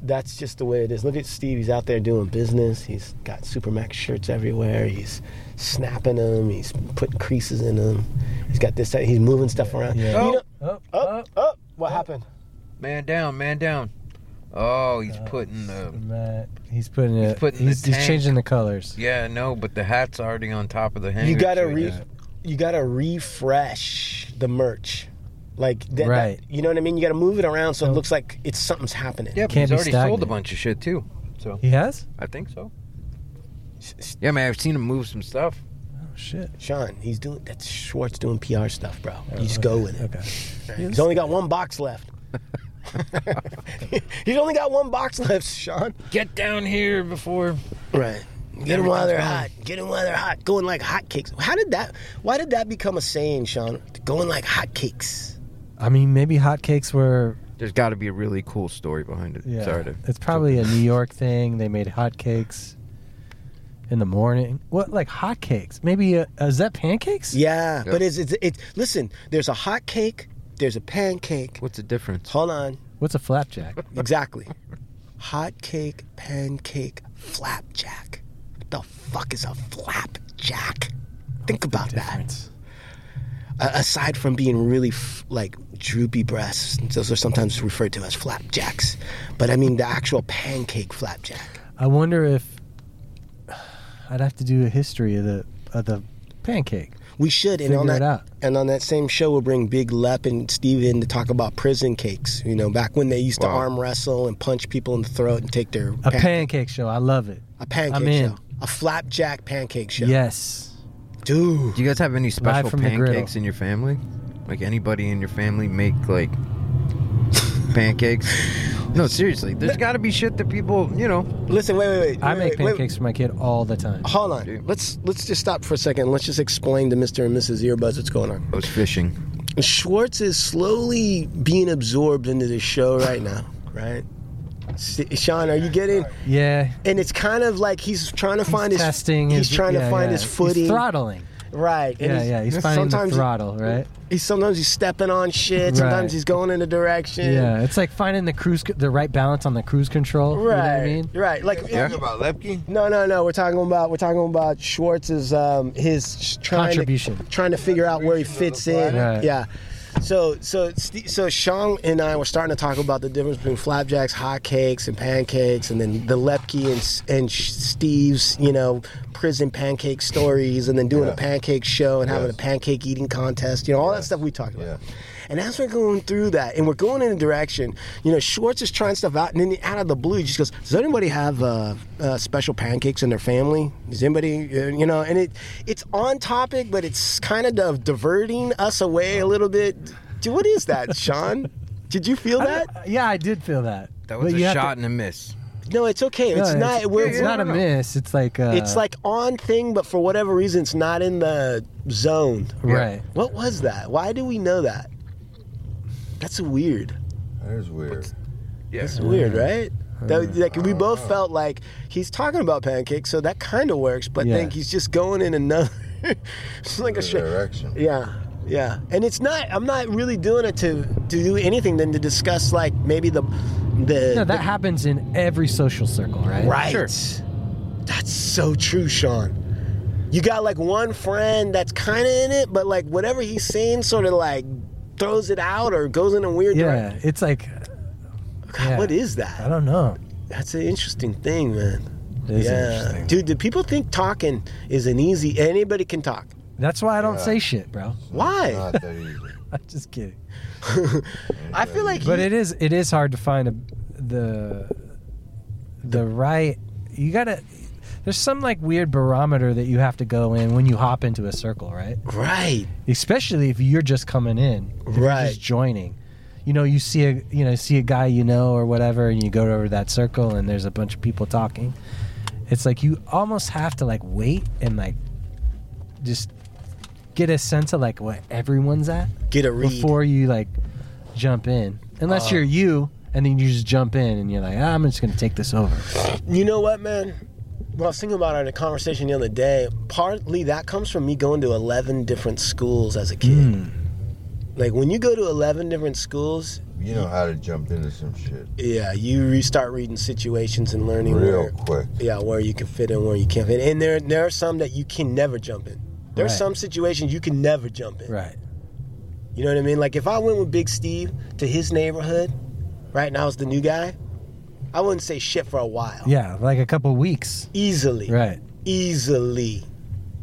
that's just the way it is. Look at Steve. He's out there doing business. He's got Supermax shirts everywhere. He's snapping them. He's putting creases in them. He's got this. He's moving stuff around.
Yeah.
You know,
Oh,
oh, oh, what happened?
Man down, man down. Oh, he's
Uh,
putting the.
Matt, oh. he's putting it. He's,
putting the
he's,
tank.
changing the colors.
Yeah, no, but the hat's already on top of the hanger.
you gotta
so he
re-
just-
you gotta refresh the merch like that- that,
Right.
you know what i mean you gotta move it around so it looks like it's something's happening
Yeah, but
Can't
he's
be
already sold a
stagnant.
bunch of shit too. So
He has?
I think so.
S- s-
Yeah, man, I've seen him move some stuff.
Oh shit.
sean he's doing that's schwartz doing pr stuff bro you just go with it
Okay.
he's only got one box left he's only got one box left sean
Get down here before.
right Get them while they're hot. Get them while they're hot. Going like hotcakes. How did that? Why did that become a saying, Sean? Going like hotcakes.
I mean, maybe hotcakes were.
There's got to be a really cool story behind it.
Yeah.
Sorry to.
It's probably a New York thing. They made hotcakes in the morning. What, like hotcakes? Maybe uh is that pancakes?
Yeah, but it's, it's it's listen. There's a hot cake. There's a pancake.
What's the difference?
Hold on.
What's a flapjack?
Exactly. Hot cake, pancake, flapjack. What the fuck is a flapjack? Think about that.
Difference.
Uh, aside from being really f- like droopy breasts, those are sometimes referred to as flapjacks. But I mean the actual pancake flapjack.
I wonder if I'd have to do a history of the of the pancake.
We should and on
Figure
that
it out.
and on that same show we'll bring Big Lep and Steve in to talk about prison cakes. You know, back when they used to
Wow.
arm wrestle and punch people in the throat and take their
A
pan-
pancake show. I love it.
a pancake
I'm in.
show. A flapjack pancake show.
Yes.
Dude.
Do you guys have any special
from the griddle.
pancakes in your family? Like anybody in your family make like pancakes? No, seriously. There's got to be shit that people, you know.
Listen, wait, wait, wait.
I
wait,
make
wait, wait.
pancakes for my kid all the time.
Hold on. Let's let's just stop for a second. Let's just explain to Mr. and Mrs. Earbuds what's going on.
I was fishing.
Schwartz is slowly being absorbed into this show right now, right? S- Sean, are you getting?
Yeah.
And it's kind of like he's trying to find his
testing.
He's
his-
trying to
yeah,
find
yeah.
his
He's
footing,
throttling.
right? and
Yeah, yeah. He's finding the
sometimes he-
throttle, right?
He's sometimes he's stepping on shit. Sometimes
Right.
he's going in a direction.
Yeah, it's like finding the cruise, c- the right balance on the cruise control. You know
Right.
what I mean?
Right. Like
Talking about Lepke?
No, no, no. We're talking about we're talking about Schwartz's um, his sh- trying
Contribution.
to, trying to figure out where he fits in.
planet. Right.
Yeah. So so Ste- so Sean and I were starting to talk about the difference between flapjacks, hot cakes, and pancakes, and then the Lepke and S- and Sh- Steve's you know prison pancake stories, and then doing a pancake show and having a
Yes.
pancake eating contest. You know all that stuff we talked about.
Yeah.
And as we're going through that, and we're going in a direction, you know, Schwartz is trying stuff out, and then out of the blue, he just goes, "Does anybody have uh, uh, special pancakes in their family? Does anybody, uh, you know?" And it, it's on topic, but it's kind of div- diverting us away a little bit. Dude, what is that, Sean? Did you feel that?
Yeah, I did feel that.
That was
But you
a
have
shot
To,
and a miss.
No, it's okay. It's
no,
not.
It's,
we're,
it's
we're-
not a miss. It's like. Uh,
It's like on thing, but for whatever reason, it's not in the zone.
Right.
What was that? Why do we know that? That's weird.
That is weird. Uh,
It's weird, right? That, like we both felt like he's talking about pancakes, so that kind of works. But
Yeah.
then he's just going in another. it's like a shit.
Direction.
Yeah, yeah. And it's not. I'm not really doing it to to do anything than to discuss like maybe the the.
No, that
the-
happens in every social circle, right?
right. That's so true, Sean. You got like one friend that's kind of in it, but like whatever he's saying, sort of like throws it out or goes in a weird direction.
Yeah, it's like
God,
yeah.
What is that?
I don't know.
That's an interesting thing, man.
It is
yeah,
interesting.
dude. Do people think talking is an easy? Anybody can talk.
That's why I don't say shit, bro.
Why?
Not that easy.
I'm just kidding.
I feel like
But
you-
it is it is hard to find a the the right you gotta there's some like weird barometer that you have to go in when you hop into a circle right
Right.
especially if you're just coming in if you're
Right.
just joining you know you see a you know see a guy you know or whatever and you go over to that circle and there's a bunch of people talking it's like you almost have to like wait and like just get a sense of like what everyone's at
Get a read. Uh.
before you like jump in. Unless you're you, and then you just jump in and you're like, ah, I'm just gonna take this over.
You know what, man? What I was thinking about in a conversation the other day, partly that comes from me going to 11 different schools as a kid. Like, when you go to 11 different schools,
You know how to jump into some shit
yeah, you re- start reading situations and learning
real
where,
quick.
yeah, where you can fit in, where you can't fit in. And there, there are some that you can never jump in. There's
Right.
some situations you can never jump in.
Right.
You know what I mean? Like if I went with Big Steve to his neighborhood, right, and I was the new guy, I wouldn't say shit for a while.
Yeah, like a couple weeks.
Easily.
Right.
Easily.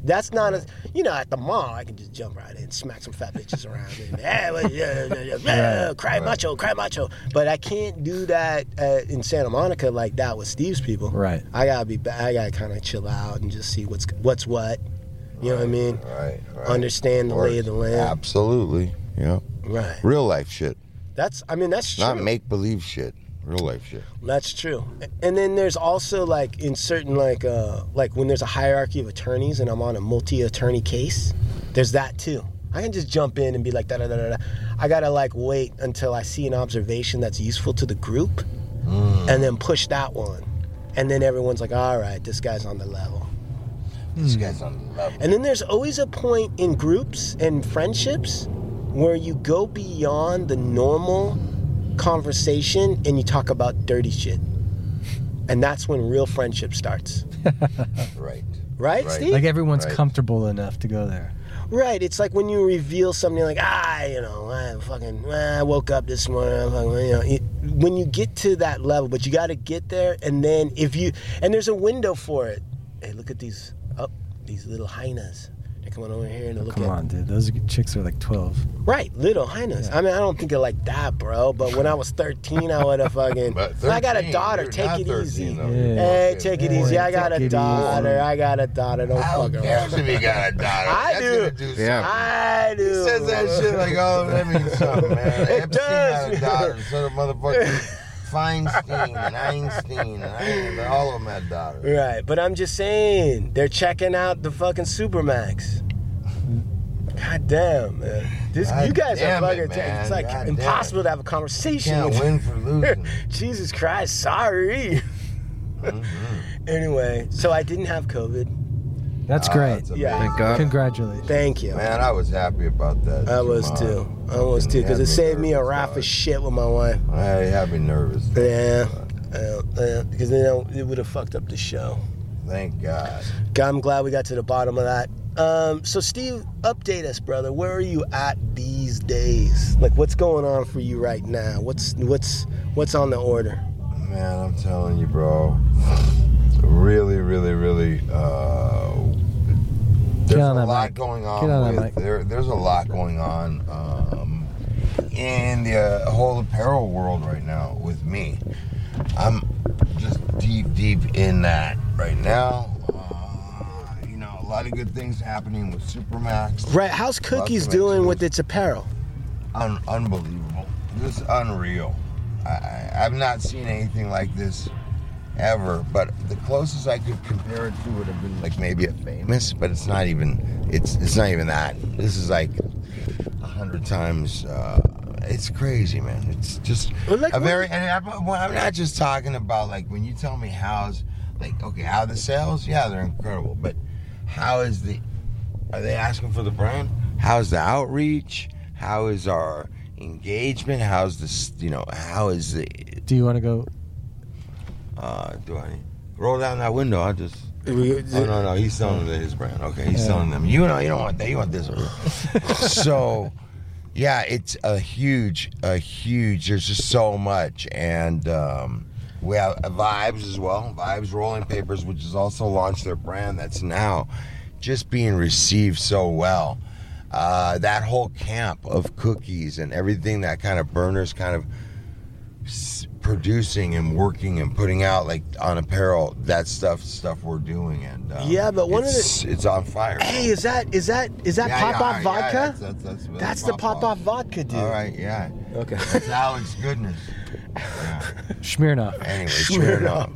That's not a, you know, at the mall, I can just jump right in, smack some fat bitches around, and, eh, well, yeah, yeah, yeah, yeah, cry macho, cry macho. But I can't do that uh, in Santa Monica like that with Steve's people.
Right.
I gotta be, ba- I gotta kind of chill out and just see what's what's what. You know what I mean?
Right, right.
Understand the lay of the land.
Absolutely. Yeah.
Right.
Real life shit.
That's, I mean, that's true.
Not make believe shit. Real life shit.
That's true. And then there's also like in certain like uh like when there's a hierarchy of attorneys and I'm on a multi-attorney case, there's that too. I can just jump in and be like da da da da. da. I gotta like wait until I see an observation that's useful to the group, and then push that one, and then everyone's like, all right, this guy's on the level. Hmm.
This guy's on level.
And then there's always a point in groups and friendships where you go beyond the normal conversation and you talk about dirty shit. And that's when real friendship starts.
Right.
Right,
Right.
Steve?
Like everyone's
Right.
comfortable enough to go there.
right. It's like when you reveal something like, ah, you know, I fucking, ah, I woke up this morning. I fucking, you know, it, when you get to that level, but you got to get there. And then if you, and there's a window for it. Hey, look at these, up, these little hyenas. They're coming over here and they look
Come
at
on, dude. Those chicks are like 12.
Right, little hyenas. I mean, I don't think of like that, bro. But when I was 13, I would have fucking. I got a daughter. Take it easy. Hey, take it easy. I got
Take it
a
easy.
daughter. I got a daughter. Don't
I
fuck
don't care
around.
if you got a daughter.
I
That's
do.
gonna do something.
Yeah.
I do.
He says that shit like, oh, that means something, man. Epstein
does.
had a daughter, so the motherfucker Feinstein and Einstein and Ein- all of them had daughters.
Right, but I'm just saying they're checking out the fucking Supermax. God damn, man. This
God
you guys are
damn it,
fucking. ta-
man.
it's like
God damn
impossible to have a conversation.
Can't
with
win for losing.
Jesus Christ, sorry.
Mm-hmm.
anyway, so I didn't have COVID.
That's
Ah,
great.
it's amazing.
Yeah.
Thank God.
Congratulations.
Thank you.
Man, I was happy about that.
I was
Jamal.
too. I was too, because
had me
it saved me a
nervous,
raft
dog.
of shit with my wife.
I had me nervous.
Yeah. Because then it would have fucked up the show.
Thank God.
God, I'm glad we got to the bottom of that. Um, so, Steve, update us, brother. Where are you at these days? Like, what's going on for you right now? What's what's what's on the order?
Man, I'm telling you, bro. Really, really, really. Uh, there's
on
a
that
lot
mic.
going
Get on
on.
that
With,
mic.
there, there's a lot going on um, in the uh, whole apparel world right now with me. I'm just deep, deep in that right now. Uh, you know, a lot of good things happening with Supermax.
Right, how's Cookies
Lots of
doing
activities.
with its apparel?
un- unbelievable. This is unreal. I, I, I've not seen anything like this ever. But the closest I could compare it to would have been like maybe a famous, but it's not even. It's it's not even that. This is like a hundred times. Uh, it's crazy, man. It's just
But like
a
what-
very. And I'm, well, I'm not just talking about like when you tell me how's like okay how the sales. Yeah, they're incredible, but how is the are they asking for the brand? How's the outreach? How is our engagement? How's this? You know, how is the?
Do you want to go?
Uh, do I roll down that window? I just.
We-
Oh no no, he's selling them his brand. Okay, he's selling them. You know, you don't want that. You want this one. so, yeah, it's a huge, a huge. There's just so much, and um, we have Vibes as well. Vibes Rolling Papers, which has also launched their brand. That's now just being received so well. Uh, that whole camp of cookies and everything that kind of burners kind of s- producing and working and putting out like on apparel that stuff stuff we're doing and um,
Yeah, but one of the-
it's, it's on fire.
Hey, is that is that is that
Yeah,
pop
yeah,
off
yeah,
vodka?
that's- that's, that's,
that's the pop off vodka, dude.
All right, yeah.
Okay.
That's Alex Goodness.
Smirnoff.
Anyway, sure enough.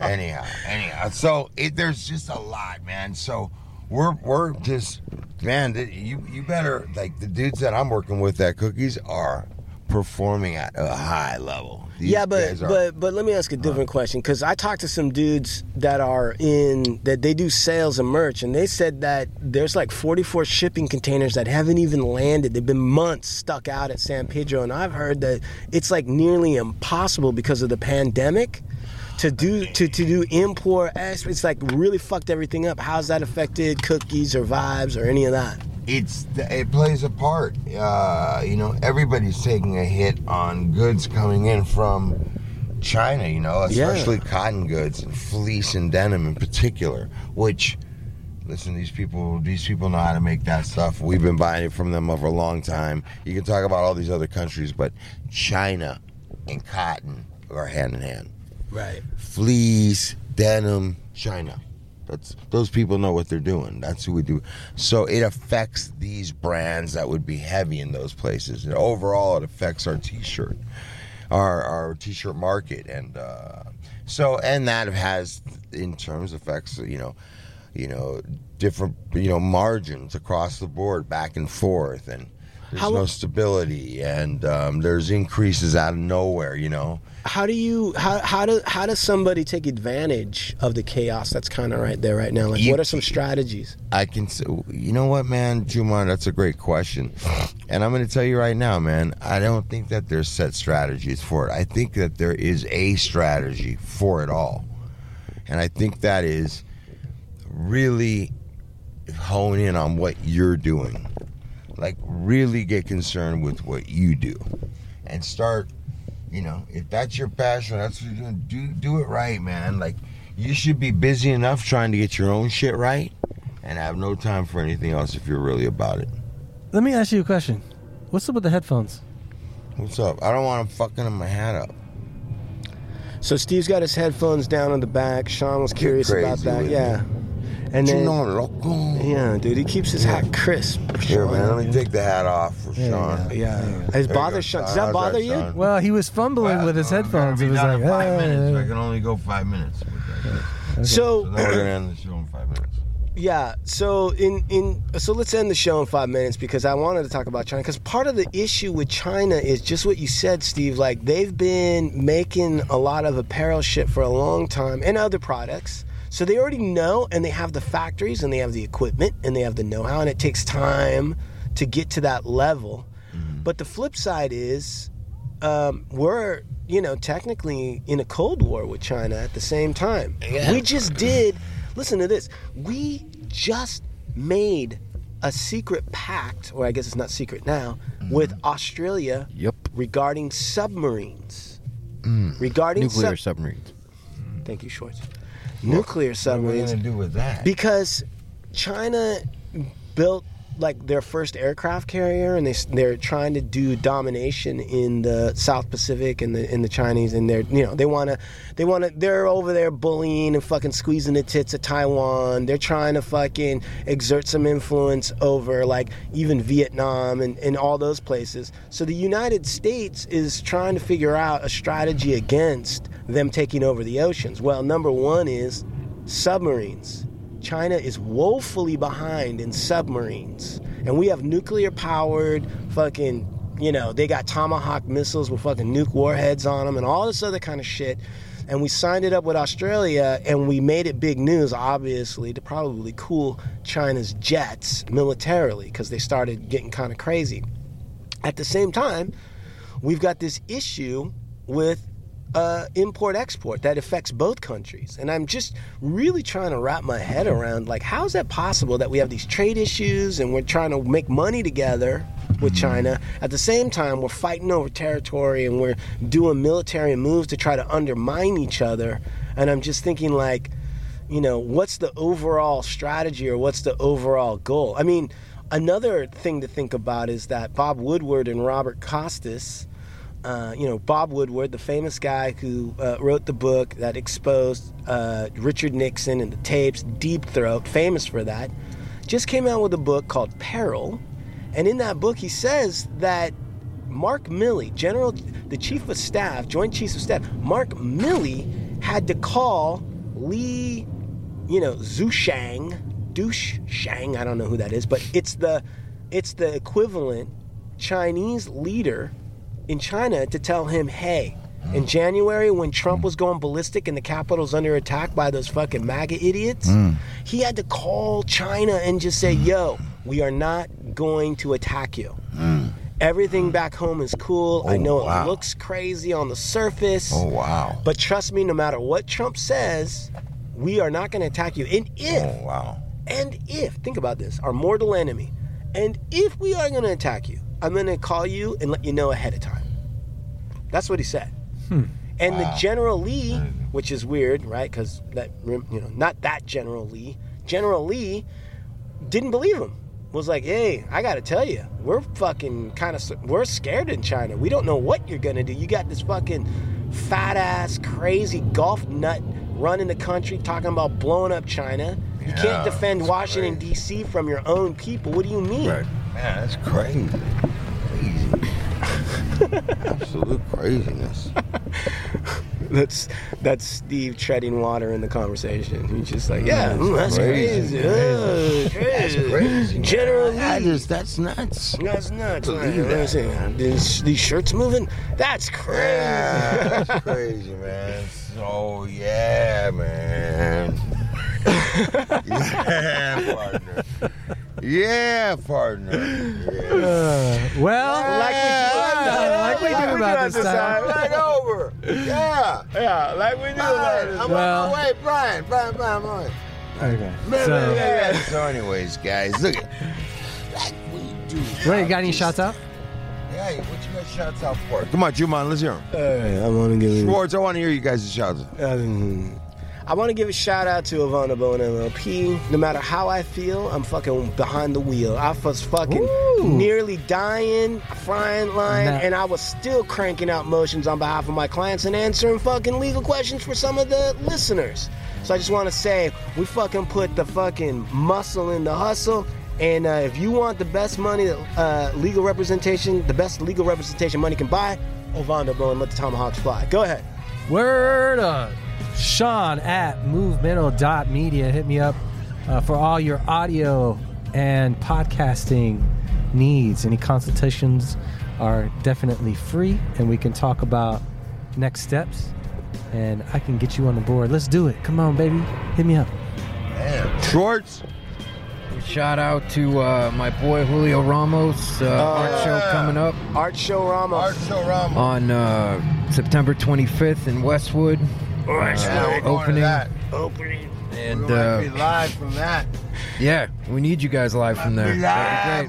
Anyhow, anyhow. So it, there's just a lot, man. So we're we're just man. th- You you better like the dudes that I'm working with at Cookies are performing at a high level. These
yeah, but
guys are- Uh-huh.
but but let me ask a different question because I talked to some dudes that are in that they do sales and merch, and they said that there's like 44 shipping containers that haven't even landed. They've been months stuck out at San Pedro, and I've heard that it's like nearly impossible because of the pandemic to do to to do import. export. It's like really fucked everything up. How's that affected cookies or vibes or any of that?
it's it plays a part. Uh, you know, everybody's taking a hit on goods coming in from China. You know,
Yeah.
especially cotton goods and fleece and denim in particular. Which, listen, these people these people know how to make that stuff. We've been buying it from them over a long time. You can talk about all these other countries, but China and cotton are hand in hand.
Right.
Fleece, denim, China. That's those people know what they're doing. That's who we do. So it affects these brands that would be heavy in those places. And overall, it affects our T-shirt, our our T-shirt market, and uh, so and that has in terms affects you know, you know different you know margins across the board, back and forth, and there's
How-
no stability, and um, there's increases out of nowhere. You know.
how do you how how do how does somebody take advantage of the chaos that's kind of right there right now? Like,
You-
what are some strategies?
I can. s- You know what, man, Jumon? That's a great question, and I'm going to tell you right now, man. I don't think that there's set strategies for it. I think that there is a strategy for it all, and I think that is really hone in on what you're doing. Like, really get concerned with what you do, and start. You know, if that's your passion, that's what you're doing. Do do it right, man. Like, you should be busy enough trying to get your own shit right and have no time for anything else if you're really about it.
Let me ask you a question. What's up with the headphones?
What's up? I don't want them fucking my hat up.
So Steve's got his headphones down on the back. Sean was curious
crazy
about that.
with
Yeah, and
You
then
know, loco.
yeah, dude, he keeps his hat crisp.
Here,
Sean.
man, let me take the hat off for Sean.
Yeah, it
There you go,
bothers Sean. Does
How's
that bother you?
Sean?
Well, he was fumbling
Well,
with his
I'm gonna
headphones.
be
It was
done
like,
in five
"Ah."
minutes. I can only go five minutes. with that.
So
So then we're gonna end the show in five minutes.
yeah, so in in so let's end the show in five minutes because I wanted to talk about China because part of the issue with China is just what you said, Steve. Like they've been making a lot of apparel shit for a long time and other products. So they already know and they have the factories and they have the equipment and they have the know-how and it takes time to get to that level. But the flip side is um, we're you know technically in a cold war with China at the same time. We just did. Listen to this. We just made a secret pact, or I guess it's not secret now, with Australia
Yep.
regarding submarines. Regarding
Nuclear
sub-
submarines.
thank you, Schwartz. Nuclear
What are we
submarines
gonna do with that?
because China built like their first aircraft carrier, and they s- they're trying to do domination in the South Pacific and the in the Chinese, and they're you know they want to they want to they're over there bullying and fucking squeezing the tits of Taiwan. They're trying to fucking exert some influence over like even Vietnam and and all those places. So the United States is trying to figure out a strategy against them taking over the oceans. Well, number one is submarines. China is woefully behind in submarines. And we have nuclear powered fucking, you know, they got Tomahawk missiles with fucking nuke warheads on them and all this other kind of shit. And we signed it up with Australia and we made it big news, obviously, to probably cool China's jets militarily because they started getting kind of crazy. At the same time, we've got this issue with uh, import export that affects both countries and i'm just really trying to wrap my head around like how is that possible that we have these trade issues and we're trying to make money together with china at the same time we're fighting over territory and we're doing military moves to try to undermine each other and i'm just thinking like you know, what's the overall strategy or what's the overall goal? I mean, another thing to think about is that Bob Woodward and Robert Costas uh, you know, Bob Woodward, the famous guy who uh, wrote the book that exposed uh, Richard Nixon and the tapes, Deep Throat, famous for that, just came out with a book called Peril. And in that book, he says that Mark Milley, General, the Chief of Staff, Joint Chiefs of Staff, Mark Milley had to call Lee, you know, Zushang, Douche Shang, I don't know who that is, but it's the, it's the equivalent Chinese leader in China to tell him, hey, in January when
Mm.
Trump was going ballistic and the capital's under attack by those fucking MAGA idiots,
Mm.
he had to call China and just say, yo, we are not going to attack you. Everything back home is cool. I
Mm. Oh,
know
wow.
it looks crazy on the surface.
Oh wow.
But trust me, no matter what Trump says, we are not going to attack you. And if
Oh wow.
and if, think about this, our mortal enemy, and if we are going to attack you, I'm going to call you and let you know ahead of time. That's what he said. And the General Lee, which is weird, right? Because that, you know, not that General Lee. General Lee didn't believe him. Was like, hey, I gotta tell you, we're fucking kind of, we're scared in China. We don't know what you're gonna do. You got this fucking fat ass, crazy golf nut running the country talking about blowing up China. You
Yeah,
can't defend
it's
Washington, D.C. from your own people. What do you mean?
Right. Man, that's crazy. Crazy. Absolute craziness.
That's that's Steve treading water in the conversation. He's just like, yeah, mm, that's
crazy,
crazy. Oh, crazy.
Crazy. man.
General
I
Lee.
just that's nuts.
That's nuts.
Believe
man.
that.
Let's see. These, these shirts moving? That's crazy.
Yeah, that's crazy, man. So yeah, man. yeah, partner. Yeah, partner. Yeah.
Uh, Well, like we,
Yeah,
like we do about this time.
Right over. Yeah.
Yeah, like we do.
Brian, I'm on
Well-
my way, Brian. Brian, Brian, Brian.
Okay.
So,
So,
so anyways, guys, look. Like we do.
wait, you got any shots out?
Hey, what you got shouts out for? Come on, Juman, let's hear 'em.
Hey, I want to give you-
Schwartz, I want to hear you guys' shouts.
um, I want to give a shout out to Ivana Bone MLP. No matter how I feel, I'm fucking behind the wheel. I was fucking
Ooh.
nearly dying, frying line,
Nah.
and I was still cranking out motions on behalf of my clients and answering fucking legal questions for some of the listeners. So I just want to say we fucking put the fucking muscle in the hustle. And uh, if you want the best money, that, uh, legal representation, the best legal representation money can buy, Ovando Bone, let the tomahawks fly. Go ahead.
Word up. Sean at movemental.media. Hit me up uh, for all your audio and podcasting needs. Any consultations are definitely free, and we can talk about next steps. And I can get you on the board. Let's do it. Come on, baby. Hit me up.
Schwartz,
Shout out to uh, my boy Julio Ramos. Uh, art show
yeah.
coming up
Art Show Ramos.
Art Show Ramos.
on uh, September 25th in Westwood. Uh,
Yeah, we're going to
opening.
that. We're
And
going to
uh,
be live from that.
yeah, we need you guys live from there. That'd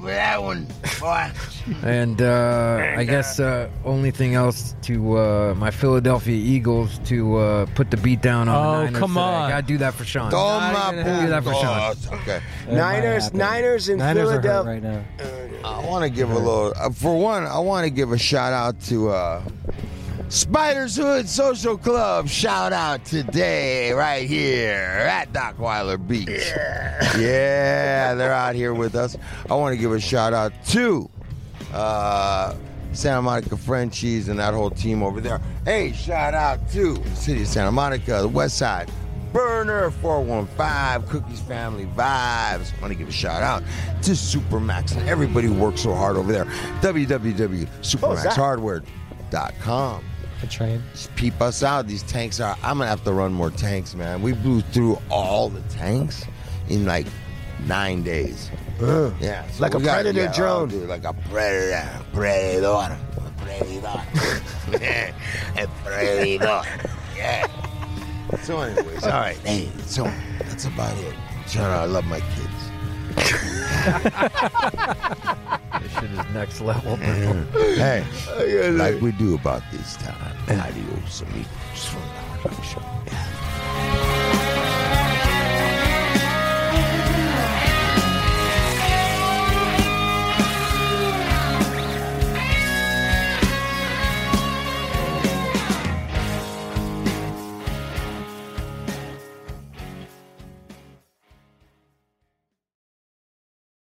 Live
be great.
with that one. Boy.
And uh, I guess uh, only thing else to uh, my Philadelphia Eagles to uh, put the beat down on.
Oh,
the Niners
come
today.
on.
Gotta do that for Sean.
Toma
even gonna
do that for Sean.
puntos. Okay.
That might
Niners-
happen.
Niners in
Niners are hurt
Philadelphia.
right now.
I want to give a little. Uh, for one, I want to give a shout out to uh, Spiders Hood Social Club. Shout out today, right here at Dockweiler Beach. Yeah. they're out here with us. I want to give a shout out to uh, Santa Monica Frenchies and that whole team over there. Hey, shout out to the City of Santa Monica, the West Side. Burner 415, Cookies Family Vibes. want to give a shout out to Supermax and everybody who works so hard over there. www.supermaxhardware.com.
A train.
Just peep us out. These tanks are. I'm gonna have to run more tanks, man. We blew through all the tanks in like nine days. Yeah, so
Like
we
a predator
yeah, oh,
drone.
dude, like a predator, predator, predator, a predator. Yeah. So, anyways, all right. Hey, so that's about it. Shout out, I love my kids.
This shit is next level.
Hey, like we do about this time. Adios, amigos, from the Hard Rock Show.